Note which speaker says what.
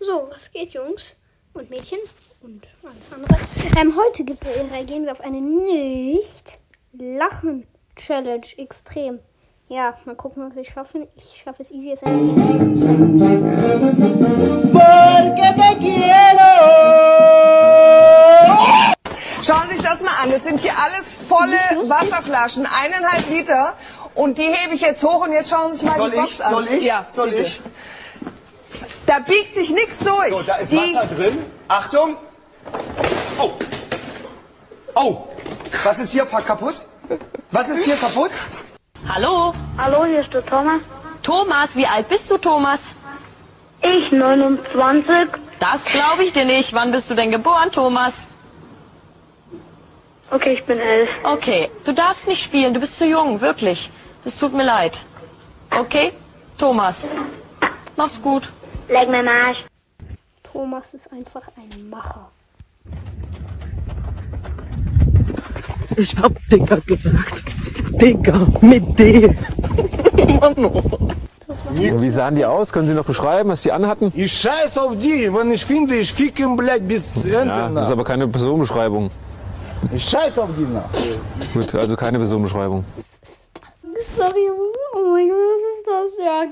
Speaker 1: So, was geht, Jungs und Mädchen und alles andere? Ähm, heute gibt- reagieren wir auf eine Nicht-Lachen-Challenge extrem. Ja, mal gucken, ob wir es schaffen. Ich schaffe es easy. Es ist eine
Speaker 2: porque te quiero.
Speaker 3: Schauen Sie sich das mal an. Das sind hier alles volle Wasserflaschen, eineinhalb Liter. Und die hebe ich jetzt hoch und jetzt schauen Sie sich mal
Speaker 4: Soll
Speaker 3: die Box
Speaker 4: ich?
Speaker 3: an.
Speaker 4: Soll ich?
Speaker 3: Ja,
Speaker 4: soll
Speaker 3: bitte.
Speaker 4: ich?
Speaker 3: Da biegt sich nichts durch.
Speaker 4: So, da ist
Speaker 3: die,
Speaker 4: Wasser drin. Achtung! Oh! Oh! Was ist hier pa- kaputt? Was ist hier kaputt?
Speaker 5: Hallo?
Speaker 6: Hallo, hier ist der Thomas.
Speaker 5: Thomas, wie alt bist du, Thomas?
Speaker 6: Ich 29.
Speaker 5: Das glaube ich dir nicht. Wann bist du denn geboren, Thomas?
Speaker 6: Okay, ich bin elf.
Speaker 5: Okay, du darfst nicht spielen. Du bist zu jung, wirklich. Es tut mir leid. Okay? Thomas, mach's gut.
Speaker 6: Leck mir mal.
Speaker 1: Thomas ist einfach ein Macher.
Speaker 7: Ich hab Digger gesagt. Digger mit D. Mann, oh.
Speaker 8: Wie sahen die aus? Können Sie noch beschreiben, was die anhatten?
Speaker 9: Ich scheiß auf die, wenn ich finde, ich ficken, blöd bis Ende.
Speaker 8: Ja, das ist
Speaker 9: nach.
Speaker 8: aber keine Personenbeschreibung.
Speaker 9: Ich scheiß auf die, nach.
Speaker 8: Gut, also keine Personenbeschreibung.
Speaker 1: Sorry, oh mein Gott, was ist das? Ja,